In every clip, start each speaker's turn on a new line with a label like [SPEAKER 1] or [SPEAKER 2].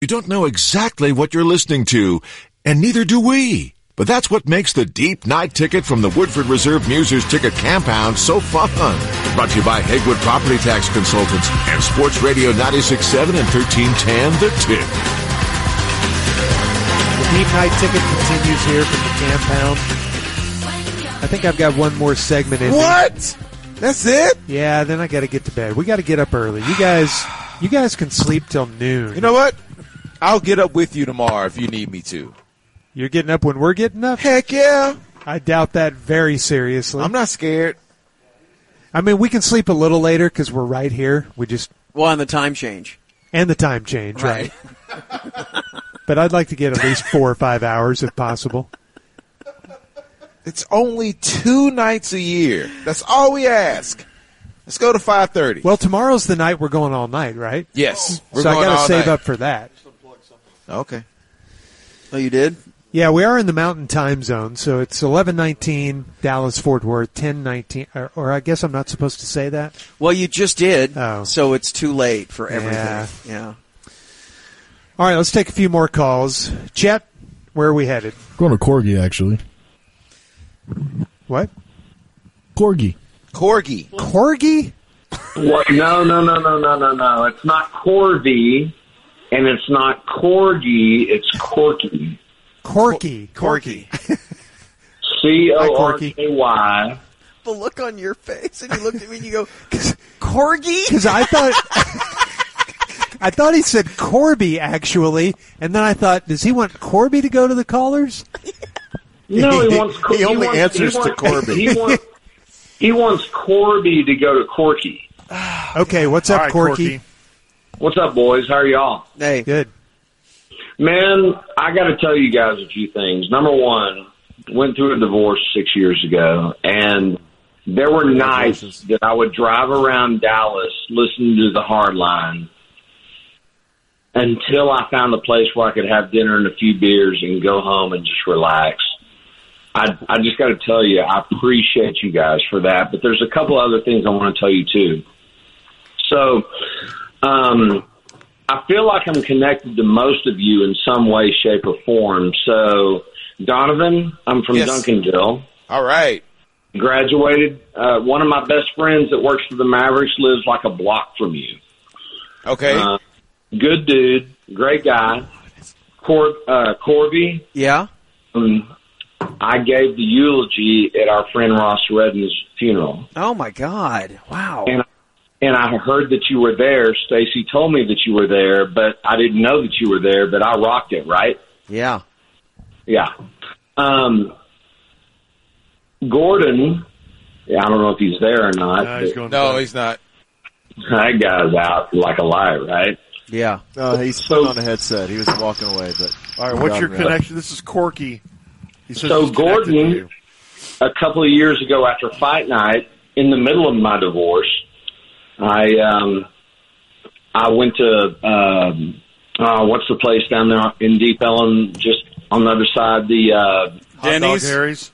[SPEAKER 1] You don't know exactly what you're listening to, and neither do we. But that's what makes the deep night ticket from the Woodford Reserve Musers Ticket Compound so fun. Brought to you by Hagwood Property Tax Consultants and Sports Radio 967 and 1310 The Tip.
[SPEAKER 2] The deep night ticket continues here from the compound. I think I've got one more segment in. me.
[SPEAKER 3] What? That's it?
[SPEAKER 2] Yeah, then I got to get to bed. We got to get up early. You guys, you guys can sleep till noon.
[SPEAKER 3] You know what? I'll get up with you tomorrow if you need me to.
[SPEAKER 2] you're getting up when we're getting up.
[SPEAKER 3] Heck yeah.
[SPEAKER 2] I doubt that very seriously.
[SPEAKER 3] I'm not scared.
[SPEAKER 2] I mean, we can sleep a little later because we're right here. We just
[SPEAKER 4] Well, and the time change.
[SPEAKER 2] and the time change, right? But I'd like to get at least four or five hours if possible.
[SPEAKER 3] It's only two nights a year. That's all we ask. Let's go to 5:30.
[SPEAKER 2] Well, tomorrow's the night we're going all night, right?
[SPEAKER 3] yes. We're
[SPEAKER 2] so I
[SPEAKER 3] going
[SPEAKER 2] gotta
[SPEAKER 3] all
[SPEAKER 2] save
[SPEAKER 3] night.
[SPEAKER 2] up for that.
[SPEAKER 3] Okay.
[SPEAKER 4] Oh, you did?
[SPEAKER 2] Yeah, we are in the Mountain Time Zone, so it's eleven nineteen Dallas Fort Worth, ten nineteen, or, or I guess I'm not supposed to say that.
[SPEAKER 4] Well, you just did.
[SPEAKER 2] Oh.
[SPEAKER 4] So it's too late for everything.
[SPEAKER 2] Yeah.
[SPEAKER 4] yeah.
[SPEAKER 2] All right, let's take a few more calls. Chet, where are we headed?
[SPEAKER 5] Going to Corgi actually.
[SPEAKER 2] What?
[SPEAKER 5] Corgi.
[SPEAKER 3] Corgi.
[SPEAKER 2] Corgi?
[SPEAKER 6] What? No, no, no, no, no, no, no. It's not Corby, and it's not Corgi. It's Corky.
[SPEAKER 2] Corky.
[SPEAKER 3] Corgi.
[SPEAKER 6] C O R
[SPEAKER 2] Corky.
[SPEAKER 6] K Y.
[SPEAKER 4] The look on your face, and you looked at me and you go, Corgi?
[SPEAKER 2] Because I thought I thought he said Corby actually, and then I thought, does he want Corby to go to the callers?
[SPEAKER 6] No,
[SPEAKER 3] He-
[SPEAKER 6] he wants.
[SPEAKER 3] he only
[SPEAKER 6] wants,
[SPEAKER 3] answers
[SPEAKER 6] he
[SPEAKER 3] to
[SPEAKER 6] wants,
[SPEAKER 3] Corby.
[SPEAKER 6] He wants, he wants Corby to go to Corky.
[SPEAKER 2] Okay, what's up,
[SPEAKER 7] All right,
[SPEAKER 2] Corky?
[SPEAKER 7] Corky.
[SPEAKER 6] What's up, boys? How are y'all?
[SPEAKER 4] Hey,
[SPEAKER 2] Good.
[SPEAKER 6] Man, I got to tell you guys a few things. Number one, went through a divorce six years ago, and there were nights that I would drive around Dallas listening to the hard line until I found a place where I could have dinner and a few beers and go home and just relax. I, I just got to tell you, I appreciate you guys for that. But there's a couple other things I want to tell you, too. So, um, I feel like I'm connected to most of you in some way, shape, or form. So, Donovan, I'm from
[SPEAKER 3] Yes.
[SPEAKER 6] Duncanville.
[SPEAKER 3] All right.
[SPEAKER 6] Graduated. Uh, one of my best friends that works for the Mavericks lives like a block from you.
[SPEAKER 3] Okay.
[SPEAKER 6] Uh, good dude, great guy. Cor- uh, Corby,
[SPEAKER 4] yeah?
[SPEAKER 6] um, I gave the eulogy at our friend Ross Redden's funeral.
[SPEAKER 4] Oh, my God. Wow.
[SPEAKER 6] And and I heard that you were there. Stacy told me that you were there, but I didn't know that you were there. But I rocked it, right?
[SPEAKER 4] Yeah.
[SPEAKER 6] Yeah. Um, Gordon, yeah, I don't know if he's there or not.
[SPEAKER 7] No, he's going to
[SPEAKER 3] no,
[SPEAKER 7] bed.
[SPEAKER 3] he's not.
[SPEAKER 6] but that guy's out like a light, right?
[SPEAKER 4] Yeah.
[SPEAKER 8] No, Uh, he's put on a headset. He was walking away, but
[SPEAKER 7] All right, what's your
[SPEAKER 8] Yeah.
[SPEAKER 7] connection? This is Corky. He says
[SPEAKER 6] So
[SPEAKER 7] he's connected to
[SPEAKER 6] Gordon-
[SPEAKER 7] you.
[SPEAKER 6] A couple of years ago, after fight night, in the middle of my divorce, I um, I went to um, uh, what's the place down there in Deep Ellum, just on the other side, the uh,
[SPEAKER 7] Hot dog
[SPEAKER 9] Denny's?
[SPEAKER 7] Harry's,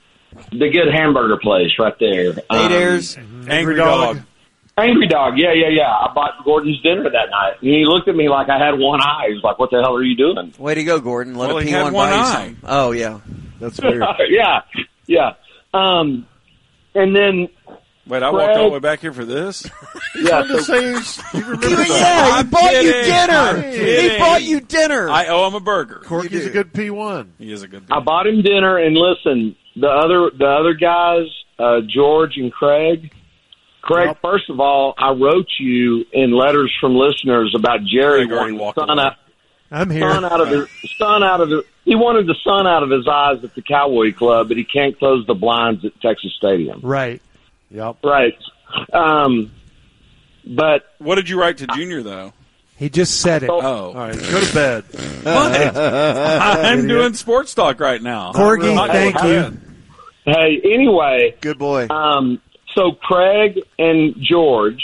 [SPEAKER 6] the good hamburger place right there.
[SPEAKER 4] Eight
[SPEAKER 6] Um,
[SPEAKER 4] airs.
[SPEAKER 10] Mm-hmm.
[SPEAKER 7] Angry Dog.
[SPEAKER 6] Angry Dog, yeah, yeah, yeah. I bought Gordon's dinner that night, and he looked at me like I had one eye. He was like, "What the hell are you doing?"
[SPEAKER 4] Way to go, Gordon. Let
[SPEAKER 9] Well,
[SPEAKER 4] a
[SPEAKER 9] he
[SPEAKER 4] P1
[SPEAKER 9] had one
[SPEAKER 4] buy you
[SPEAKER 9] eye.
[SPEAKER 4] some. Oh, yeah.
[SPEAKER 8] that's weird.
[SPEAKER 6] yeah, yeah. Um, and then
[SPEAKER 9] Wait, I walked all the way back here for this?
[SPEAKER 6] yeah,
[SPEAKER 7] Just
[SPEAKER 6] so,
[SPEAKER 7] say he's- he remembers that.
[SPEAKER 4] Yeah, he
[SPEAKER 9] I'm
[SPEAKER 4] bought you
[SPEAKER 9] kidding. I'm
[SPEAKER 4] dinner. He
[SPEAKER 9] kidding.
[SPEAKER 4] bought you dinner.
[SPEAKER 9] I owe him a burger.
[SPEAKER 7] Corky's a good P1.
[SPEAKER 9] He is a good
[SPEAKER 6] I bought him dinner, and listen, the other the other guys, uh, George and Craig. Craig,
[SPEAKER 7] Yep.
[SPEAKER 6] first of all, I wrote you in letters from listeners about Jerry
[SPEAKER 9] Craig already
[SPEAKER 6] wanting
[SPEAKER 9] walked
[SPEAKER 6] sun
[SPEAKER 9] away.
[SPEAKER 6] out,
[SPEAKER 2] I'm
[SPEAKER 6] sun
[SPEAKER 2] here.
[SPEAKER 6] out of his sun out of his, he wanted the sun out of his eyes at the Cowboy Club, but he can't close the blinds at Texas Stadium.
[SPEAKER 2] Right.
[SPEAKER 7] Yep.
[SPEAKER 6] Right. Um, but
[SPEAKER 9] What did you write to Junior, though?
[SPEAKER 2] He just said it.
[SPEAKER 9] Oh.
[SPEAKER 7] All right, Uh, go to bed.
[SPEAKER 9] I'm doing sports talk right now.
[SPEAKER 2] Corgi,
[SPEAKER 9] Not
[SPEAKER 2] thank
[SPEAKER 9] going to
[SPEAKER 2] you.
[SPEAKER 6] hey, anyway,
[SPEAKER 8] Good boy.
[SPEAKER 6] um, so Craig and George,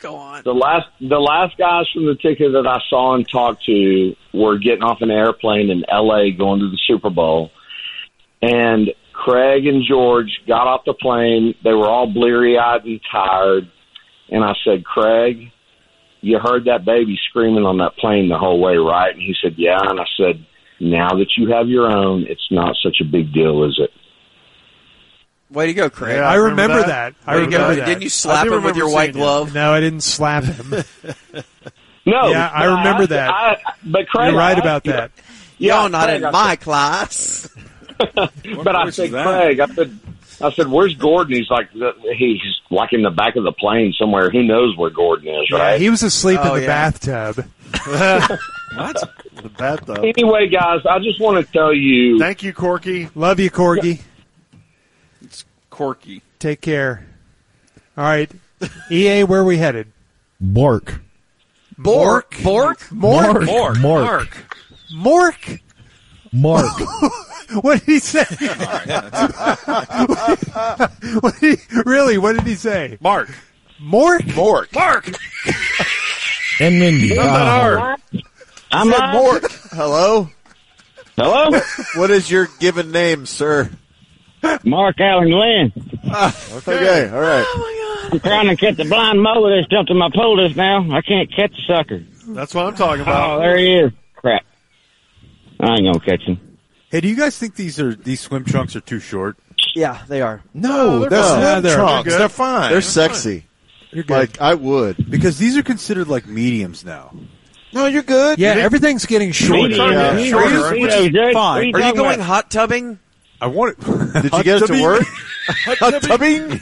[SPEAKER 4] go on.
[SPEAKER 6] the last the last guys from the ticket that I saw and talked to were getting off an airplane in L.A. going to the Super Bowl, and Craig and George got off the plane. They were all bleary eyed and tired, and I said, Craig, you heard that baby screaming on that plane the whole way, right? And he said, yeah. And I said, now that you have your own, it's not such a big deal, is it?
[SPEAKER 4] Way to go, Craig.
[SPEAKER 7] Yeah,
[SPEAKER 2] I remember that. I
[SPEAKER 7] Way to go.
[SPEAKER 2] remember that.
[SPEAKER 4] Didn't you slap
[SPEAKER 7] do
[SPEAKER 4] him with
[SPEAKER 7] remember
[SPEAKER 4] your white
[SPEAKER 7] seeing you.
[SPEAKER 4] glove?
[SPEAKER 2] No, I didn't slap him.
[SPEAKER 6] No.
[SPEAKER 2] Yeah, I
[SPEAKER 6] but
[SPEAKER 2] remember
[SPEAKER 6] I-
[SPEAKER 2] that.
[SPEAKER 6] I- but Craig,
[SPEAKER 2] You're right
[SPEAKER 6] I-
[SPEAKER 2] about that.
[SPEAKER 4] Y'all not
[SPEAKER 6] Craig,
[SPEAKER 4] in
[SPEAKER 6] I
[SPEAKER 4] my class.
[SPEAKER 6] But I
[SPEAKER 9] voice
[SPEAKER 6] said,
[SPEAKER 9] is that?
[SPEAKER 6] Craig, I said, I said, where's Gordon? He's like, he's like in the back of the plane somewhere. Who knows where Gordon is,
[SPEAKER 2] Yeah,
[SPEAKER 6] right?
[SPEAKER 2] he was asleep
[SPEAKER 4] Oh,
[SPEAKER 2] in the
[SPEAKER 4] yeah.
[SPEAKER 2] bathtub.
[SPEAKER 7] The bathtub.
[SPEAKER 6] anyway, guys, I just want to tell you.
[SPEAKER 7] Thank you, Corky.
[SPEAKER 2] Love you, Corgi.
[SPEAKER 9] Corky.
[SPEAKER 2] Take care. All right, EA, where are we headed?
[SPEAKER 5] Bork.
[SPEAKER 4] Bork. Bork.
[SPEAKER 2] Mork.
[SPEAKER 9] Mark.
[SPEAKER 5] Mark.
[SPEAKER 2] Mork.
[SPEAKER 5] Mark.
[SPEAKER 2] What did he say? what did he, really? What did he say?
[SPEAKER 7] Mark.
[SPEAKER 2] Mork.
[SPEAKER 3] Mork.
[SPEAKER 7] Mark.
[SPEAKER 5] and Mindy. Ah.
[SPEAKER 7] Hard.
[SPEAKER 3] I'm a Mork.
[SPEAKER 8] Hello?
[SPEAKER 6] Hello,
[SPEAKER 8] What is your given name, sir?
[SPEAKER 6] Mark Allen Glenn.
[SPEAKER 8] Okay, all right.
[SPEAKER 6] I'm trying to catch the blind mole that's jumped in my pole just now. I can't catch the sucker.
[SPEAKER 7] That's what I'm talking about.
[SPEAKER 6] Oh, there he is. Crap. I ain't gonna catch him.
[SPEAKER 10] Hey, do you guys think these are these swim trunks are too short?
[SPEAKER 4] Yeah, they are.
[SPEAKER 3] No, they're,
[SPEAKER 8] fine.
[SPEAKER 3] swim
[SPEAKER 2] Yeah, they're-
[SPEAKER 3] trunks.
[SPEAKER 7] they're
[SPEAKER 3] They're,
[SPEAKER 7] good.
[SPEAKER 3] fine.
[SPEAKER 8] They're sexy.
[SPEAKER 2] You're good.
[SPEAKER 8] Like, I would.
[SPEAKER 10] Because these are considered like mediums now.
[SPEAKER 3] no, you're good.
[SPEAKER 2] yeah, everything's getting uh, shorter.
[SPEAKER 7] Sorry,
[SPEAKER 8] Yeah.
[SPEAKER 7] man.
[SPEAKER 4] Are you-
[SPEAKER 7] Shorter.
[SPEAKER 4] which is fine. Are you going hot tubbing?
[SPEAKER 10] I want it.
[SPEAKER 8] Did you get it to work?
[SPEAKER 3] Tubbing.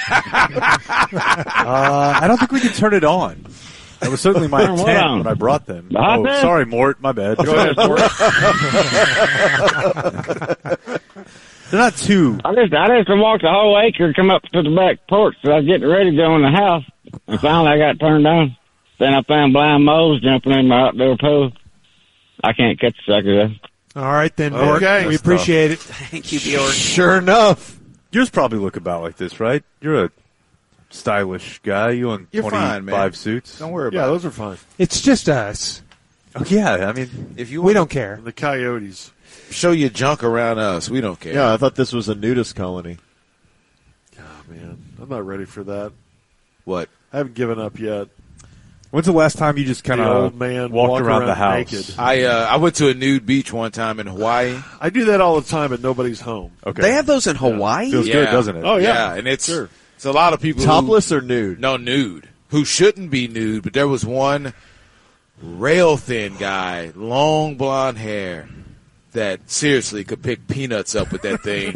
[SPEAKER 10] Uh, I don't think we can turn it on. That was certainly my
[SPEAKER 6] Turn what
[SPEAKER 10] intent
[SPEAKER 6] on?
[SPEAKER 10] when I brought them.
[SPEAKER 6] hot
[SPEAKER 10] Oh,
[SPEAKER 6] tub?
[SPEAKER 10] sorry, Mort. My bad.
[SPEAKER 7] Go ahead, Mark.
[SPEAKER 10] They're not too.
[SPEAKER 6] I just I just walked the whole acre, come up to the back porch. So I was getting ready to go in the house, and finally I got turned on. Then I found blind moles jumping in my outdoor pool. I can't catch the sucker though.
[SPEAKER 2] All right then, Mork.
[SPEAKER 7] Okay.
[SPEAKER 2] we appreciate it.
[SPEAKER 4] Thank you, Bjork.
[SPEAKER 3] Sure enough,
[SPEAKER 10] Yours probably look about like this, right? You're a stylish guy. You own
[SPEAKER 3] You're fine,
[SPEAKER 10] 25
[SPEAKER 3] man.
[SPEAKER 10] suits.
[SPEAKER 3] don't worry
[SPEAKER 7] Yeah,
[SPEAKER 3] about
[SPEAKER 7] those are fine.
[SPEAKER 2] It's just us.
[SPEAKER 10] Oh, yeah, I mean,
[SPEAKER 3] it. If you
[SPEAKER 2] We
[SPEAKER 3] want
[SPEAKER 2] don't care.
[SPEAKER 7] The coyotes.
[SPEAKER 3] to show your junk around us, we don't care.
[SPEAKER 8] Yeah, I thought this was a nudist colony.
[SPEAKER 7] Oh, man, I'm not ready for that.
[SPEAKER 3] What?
[SPEAKER 7] I haven't given up yet.
[SPEAKER 10] when's the last time you just kind
[SPEAKER 7] The
[SPEAKER 10] of
[SPEAKER 7] old man
[SPEAKER 10] walked
[SPEAKER 7] walk
[SPEAKER 10] around, the
[SPEAKER 7] around
[SPEAKER 10] house?
[SPEAKER 7] naked.
[SPEAKER 3] I uh, I went to a nude beach one time in Hawaii.
[SPEAKER 7] I do that all the time, and nobody's home.
[SPEAKER 10] Okay.
[SPEAKER 4] They have those in Hawaii?
[SPEAKER 10] Feels good, doesn't it?
[SPEAKER 7] Oh, yeah.
[SPEAKER 3] and it's
[SPEAKER 7] Sure.
[SPEAKER 3] it's a lot of people who-
[SPEAKER 8] Topless or nude?
[SPEAKER 3] no nude who shouldn't be nude, but there was one rail thin guy, long blonde hair, that seriously could pick peanuts up with that thing.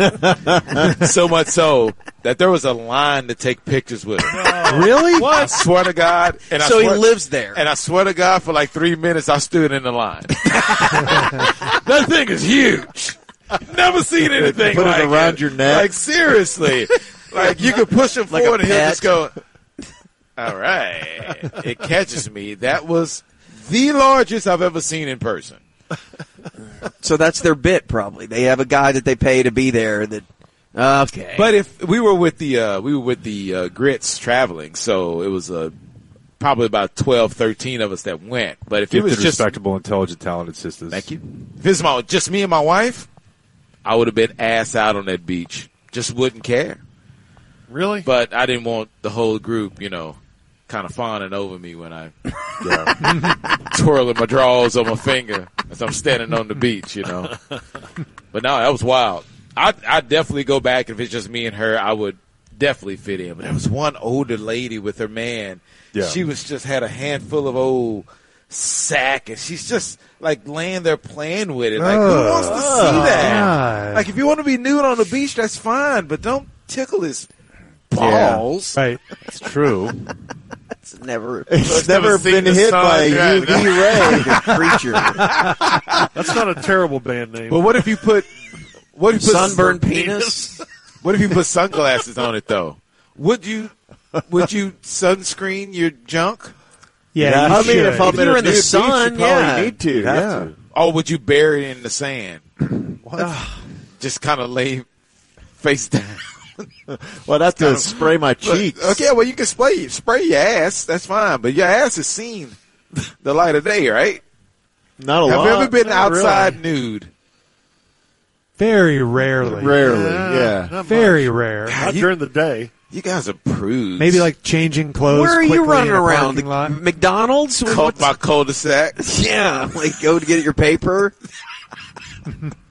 [SPEAKER 3] so much so that there was a line to take pictures with him.
[SPEAKER 2] Really?
[SPEAKER 3] I swear to God, and I
[SPEAKER 4] so he
[SPEAKER 3] swear-
[SPEAKER 4] lives there.
[SPEAKER 3] And I swear to God, for like three minutes, I stood in the line. that thing is huge. Never seen anything
[SPEAKER 8] Put it
[SPEAKER 3] like
[SPEAKER 8] around your neck.
[SPEAKER 3] Like seriously, like you could push him
[SPEAKER 4] Like a
[SPEAKER 3] forward and he'll
[SPEAKER 4] pet.
[SPEAKER 3] just go. All right, it catches me. That was the largest I've ever seen in person.
[SPEAKER 4] so that's their bit, probably. They have a guy that they pay to be there that. Okay.
[SPEAKER 3] But if we were with the uh, we were with the uh, grits traveling, so it was uh, probably about 12, 13 of us that went. But if it
[SPEAKER 10] Gifted,
[SPEAKER 3] was just
[SPEAKER 10] respectable, intelligent, talented sisters.
[SPEAKER 3] Thank you. If it's my, just me and my wife, I would have been ass out on that beach. Just wouldn't care.
[SPEAKER 7] Really?
[SPEAKER 3] But I didn't want the whole group, you know, kind of fawning over me when I twirling my drawers on my finger as I'm standing on the beach, you know. But no, that was wild. I I definitely go back if it's just me and her. I would definitely fit in. But there was one older lady with her man.
[SPEAKER 10] Yeah.
[SPEAKER 3] She was just had a handful of old sack, and she's just like laying there playing with it. Like who wants to see that?
[SPEAKER 2] God.
[SPEAKER 3] Like if you want to be nude on the beach, that's fine, but don't tickle his balls.
[SPEAKER 2] Right.
[SPEAKER 10] It's true.
[SPEAKER 4] It's never
[SPEAKER 8] It's never
[SPEAKER 3] never seen
[SPEAKER 8] been
[SPEAKER 3] the
[SPEAKER 8] hit
[SPEAKER 3] sun,
[SPEAKER 8] by a
[SPEAKER 3] yeah,
[SPEAKER 8] UV ray.
[SPEAKER 4] a creature.
[SPEAKER 7] That's not a terrible band name.
[SPEAKER 3] But what if you put what if you put
[SPEAKER 4] Sunburned penis.
[SPEAKER 3] What if you put sunglasses on it though? Would you would you sunscreen your junk?
[SPEAKER 2] Yeah. you
[SPEAKER 8] I mean,
[SPEAKER 2] should.
[SPEAKER 8] if I'm
[SPEAKER 4] If
[SPEAKER 8] in
[SPEAKER 4] you're
[SPEAKER 8] a
[SPEAKER 4] in the
[SPEAKER 8] nude
[SPEAKER 4] sun,
[SPEAKER 8] beach, you probably
[SPEAKER 4] yeah.
[SPEAKER 8] need to. yeah.
[SPEAKER 3] Or would you bury it in the sand? Ah, Just kind of lay face down.
[SPEAKER 8] Well, that's to spray my cheeks.
[SPEAKER 3] Okay, well you can spray spray your ass. That's fine, but your ass is seen the light of day, right?
[SPEAKER 8] Not a
[SPEAKER 3] Have
[SPEAKER 8] lot.
[SPEAKER 3] you ever been outside nude?
[SPEAKER 2] Very rarely.
[SPEAKER 8] Rarely,
[SPEAKER 7] Uh,
[SPEAKER 8] yeah.
[SPEAKER 7] not
[SPEAKER 2] Very rare.
[SPEAKER 7] much. Not during the day.
[SPEAKER 3] You guys are prudes.
[SPEAKER 2] Maybe like changing clothes.
[SPEAKER 4] Where are you
[SPEAKER 2] quickly
[SPEAKER 4] running
[SPEAKER 2] in a
[SPEAKER 4] around?
[SPEAKER 2] parking
[SPEAKER 4] The-
[SPEAKER 2] lot.
[SPEAKER 4] McDonald's?
[SPEAKER 3] Cult by cul-de-sac.
[SPEAKER 4] Yeah, like go to get your paper.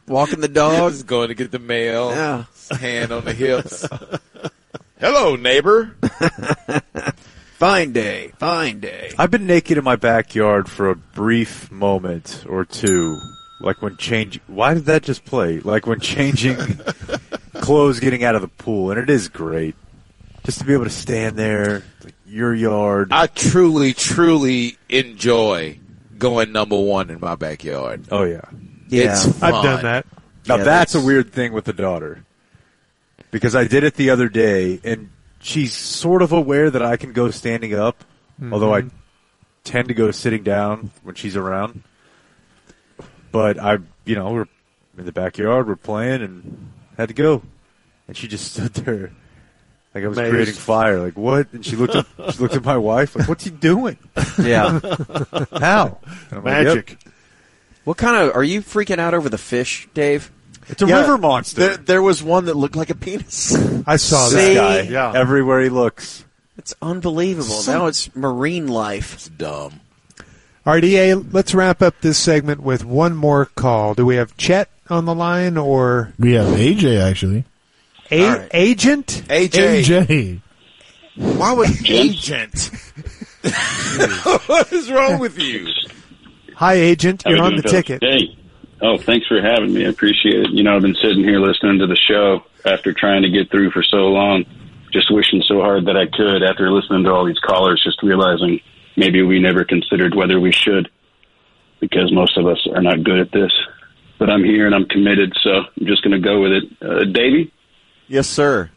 [SPEAKER 4] Walking the dog.
[SPEAKER 3] Just going to get the mail.
[SPEAKER 4] Yeah.
[SPEAKER 3] Hand on the hips. Hello, neighbor.
[SPEAKER 4] Fine day. Fine day.
[SPEAKER 10] I've been naked in my backyard for a brief moment or two, like when changing. Why did that just play? Like when changing clothes, getting out of the pool, and it is great just to be able to stand there, it's like your yard.
[SPEAKER 3] I truly, truly enjoy going number one in my backyard.
[SPEAKER 10] oh yeah,
[SPEAKER 4] Yeah.
[SPEAKER 3] It's fun.
[SPEAKER 2] I've done that.
[SPEAKER 10] now
[SPEAKER 4] Yeah,
[SPEAKER 10] that's,
[SPEAKER 4] that's-
[SPEAKER 10] a weird thing with the daughter because I did it the other day, and she's sort of aware that I can go standing up, although I tend to go sitting down when she's around. But I, you know, we're in the backyard, we're playing, and had to go, and she just stood there like I was
[SPEAKER 7] Amazed.
[SPEAKER 10] creating fire. Like what? And she looked, at, she looked at my wife, like, "What's he doing?
[SPEAKER 4] Yeah.
[SPEAKER 10] How?" And I'm like, "Yep."
[SPEAKER 7] Magic.
[SPEAKER 4] what kind of are you freaking out over the fish, Dave?
[SPEAKER 10] It's a
[SPEAKER 7] Yeah.
[SPEAKER 10] river monster.
[SPEAKER 8] There, there was one that looked like a penis.
[SPEAKER 2] I saw
[SPEAKER 4] See?
[SPEAKER 2] that.
[SPEAKER 10] Oh, this guy,
[SPEAKER 7] Yeah.
[SPEAKER 10] everywhere he looks.
[SPEAKER 4] It's unbelievable. now it's marine life.
[SPEAKER 3] Dumb.
[SPEAKER 2] All right, EA, let's wrap up this segment with one more call. Do we have Chet on the line or
[SPEAKER 5] We have AJ actually.
[SPEAKER 2] a-
[SPEAKER 4] All right.
[SPEAKER 2] agent?
[SPEAKER 3] AJ.
[SPEAKER 5] AJ.
[SPEAKER 3] Why would agent? what is wrong with you?
[SPEAKER 2] Hi, agent. You're on the ticket.
[SPEAKER 11] Hey. Oh, thanks for having me. I appreciate it. You know, I've been sitting here listening to the show after trying to get through for so long, just wishing so hard that I could after listening to all these callers, just realizing maybe we never considered whether we should because most of us are not good at this. But I'm here and I'm committed, so I'm just going to go with it. Uh, Davey?
[SPEAKER 8] Yes, sir.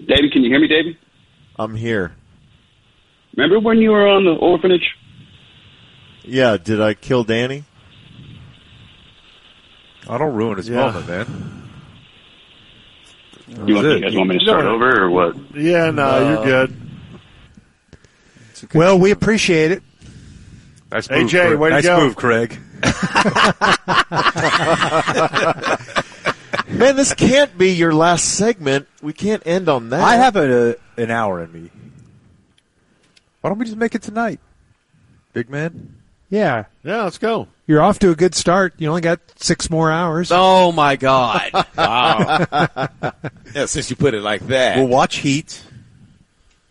[SPEAKER 11] Davey, can you hear me, Davey?
[SPEAKER 8] I'm here.
[SPEAKER 11] Remember when you were on the orphanage?
[SPEAKER 8] Yeah, did I kill Danny?
[SPEAKER 10] I don't ruin his
[SPEAKER 7] Yeah.
[SPEAKER 10] moment, man.
[SPEAKER 11] You, want,
[SPEAKER 10] it.
[SPEAKER 11] you guys want me to
[SPEAKER 7] You don't
[SPEAKER 11] start
[SPEAKER 7] wanna-
[SPEAKER 11] over or what?
[SPEAKER 7] Yeah, no,
[SPEAKER 10] Uh,
[SPEAKER 7] you're good.
[SPEAKER 2] Well, we appreciate it.
[SPEAKER 10] Nice
[SPEAKER 7] Hey, Jay,
[SPEAKER 10] Craig.
[SPEAKER 7] way to
[SPEAKER 10] nice
[SPEAKER 7] go.
[SPEAKER 10] move, Craig.
[SPEAKER 8] Man, this can't be your last segment. We can't end on that.
[SPEAKER 10] I have a, an hour in me. Why don't we just make it tonight, big man?
[SPEAKER 2] Yeah.
[SPEAKER 7] Yeah, let's go.
[SPEAKER 2] You're off to a good start. You only got six more hours.
[SPEAKER 4] Oh my god.
[SPEAKER 3] Wow. yeah, since you put it like that.
[SPEAKER 10] We'll watch Heat.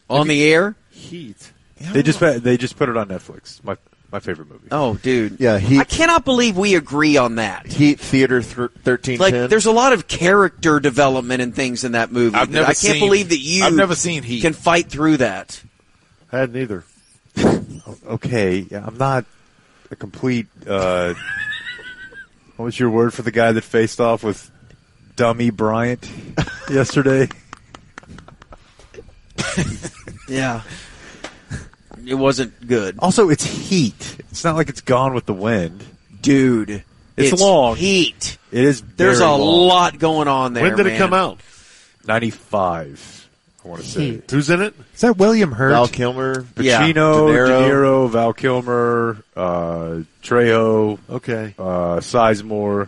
[SPEAKER 4] On the air?
[SPEAKER 7] Heat.
[SPEAKER 10] They just put, they just put it on Netflix. My my favorite movie.
[SPEAKER 4] Oh, dude.
[SPEAKER 8] Yeah, he-
[SPEAKER 4] I cannot believe we agree on that.
[SPEAKER 8] Heat Theater th- thirteen
[SPEAKER 4] Like,
[SPEAKER 8] ten.
[SPEAKER 4] there's a lot of character development and things in that movie.
[SPEAKER 3] I've
[SPEAKER 4] that
[SPEAKER 3] never
[SPEAKER 4] I can't
[SPEAKER 3] seen-
[SPEAKER 4] believe that you
[SPEAKER 3] I've never seen Heat.
[SPEAKER 4] can fight through that.
[SPEAKER 7] Had neither.
[SPEAKER 10] Okay, yeah, I'm not a complete. Uh, what was your word for the guy that faced off with Dummy Bryant yesterday?
[SPEAKER 4] Yeah. Oh, It wasn't good.
[SPEAKER 10] Also, it's Heat. It's not like it's Gone with the Wind.
[SPEAKER 4] Dude.
[SPEAKER 10] It's long.
[SPEAKER 4] Heat.
[SPEAKER 10] It is.
[SPEAKER 4] There's
[SPEAKER 10] very
[SPEAKER 4] a
[SPEAKER 10] long.
[SPEAKER 4] lot going on there.
[SPEAKER 7] when did it
[SPEAKER 4] man.
[SPEAKER 7] come out?
[SPEAKER 10] 95. I want to say.
[SPEAKER 7] Who's in it?
[SPEAKER 2] Is that William Hurt?
[SPEAKER 8] Val Kilmer.
[SPEAKER 4] Yeah.
[SPEAKER 10] Pacino,
[SPEAKER 8] De
[SPEAKER 10] De
[SPEAKER 8] Niro.
[SPEAKER 10] Niro, Val Kilmer, uh, Trejo,
[SPEAKER 7] Okay.
[SPEAKER 10] uh, Sizemore.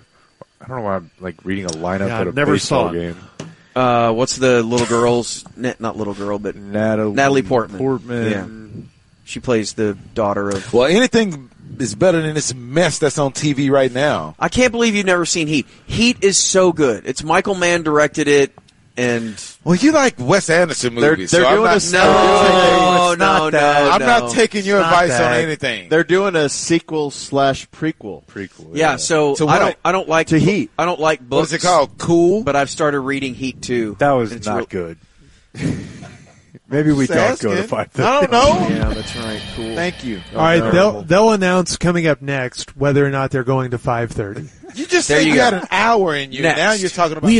[SPEAKER 10] I don't know why I'm like reading a lineup
[SPEAKER 7] Yeah,
[SPEAKER 10] at
[SPEAKER 7] I
[SPEAKER 10] a
[SPEAKER 7] never
[SPEAKER 10] baseball
[SPEAKER 7] saw it.
[SPEAKER 10] game.
[SPEAKER 4] Uh, what's the little girl's na- not little girl, but
[SPEAKER 10] Natalie,
[SPEAKER 4] Natalie Portman.
[SPEAKER 10] Portman.
[SPEAKER 4] she plays the daughter of.
[SPEAKER 3] Well, anything is better than this mess that's on TV right now.
[SPEAKER 4] I can't believe you've never seen Heat. Heat is so good. It's Michael Mann directed it, and
[SPEAKER 3] Well, you like Wes Anderson
[SPEAKER 8] They're-
[SPEAKER 3] movies.
[SPEAKER 8] they're
[SPEAKER 3] so
[SPEAKER 8] doing
[SPEAKER 3] I'm
[SPEAKER 8] a- it's
[SPEAKER 3] not,
[SPEAKER 4] no, no,
[SPEAKER 8] not
[SPEAKER 4] no,
[SPEAKER 8] that.
[SPEAKER 3] I'm
[SPEAKER 4] no.
[SPEAKER 3] not taking your
[SPEAKER 8] It's not
[SPEAKER 3] advice on
[SPEAKER 8] that.
[SPEAKER 3] anything.
[SPEAKER 8] They're doing a sequel slash prequel.
[SPEAKER 10] Prequel.
[SPEAKER 4] Yeah, so,
[SPEAKER 3] So
[SPEAKER 4] I
[SPEAKER 3] what?
[SPEAKER 4] don't. I don't like
[SPEAKER 8] To Heat.
[SPEAKER 4] I don't like
[SPEAKER 3] What's
[SPEAKER 4] books.
[SPEAKER 3] it called? Cool.
[SPEAKER 4] But I've started reading Heat too.
[SPEAKER 10] That was
[SPEAKER 4] It's
[SPEAKER 10] not
[SPEAKER 4] real-
[SPEAKER 10] good. Maybe we
[SPEAKER 8] Just
[SPEAKER 10] don't go to
[SPEAKER 8] asking.
[SPEAKER 10] five.
[SPEAKER 8] I don't know.
[SPEAKER 4] Yeah, that's right. Cool.
[SPEAKER 8] Thank you.
[SPEAKER 2] All right, they'll they'll announce coming up next whether or not they're going to 5:30.
[SPEAKER 3] you just
[SPEAKER 4] There
[SPEAKER 3] said
[SPEAKER 4] you
[SPEAKER 3] you
[SPEAKER 4] go.
[SPEAKER 3] got an hour in you.
[SPEAKER 4] Next.
[SPEAKER 3] Now you're talking about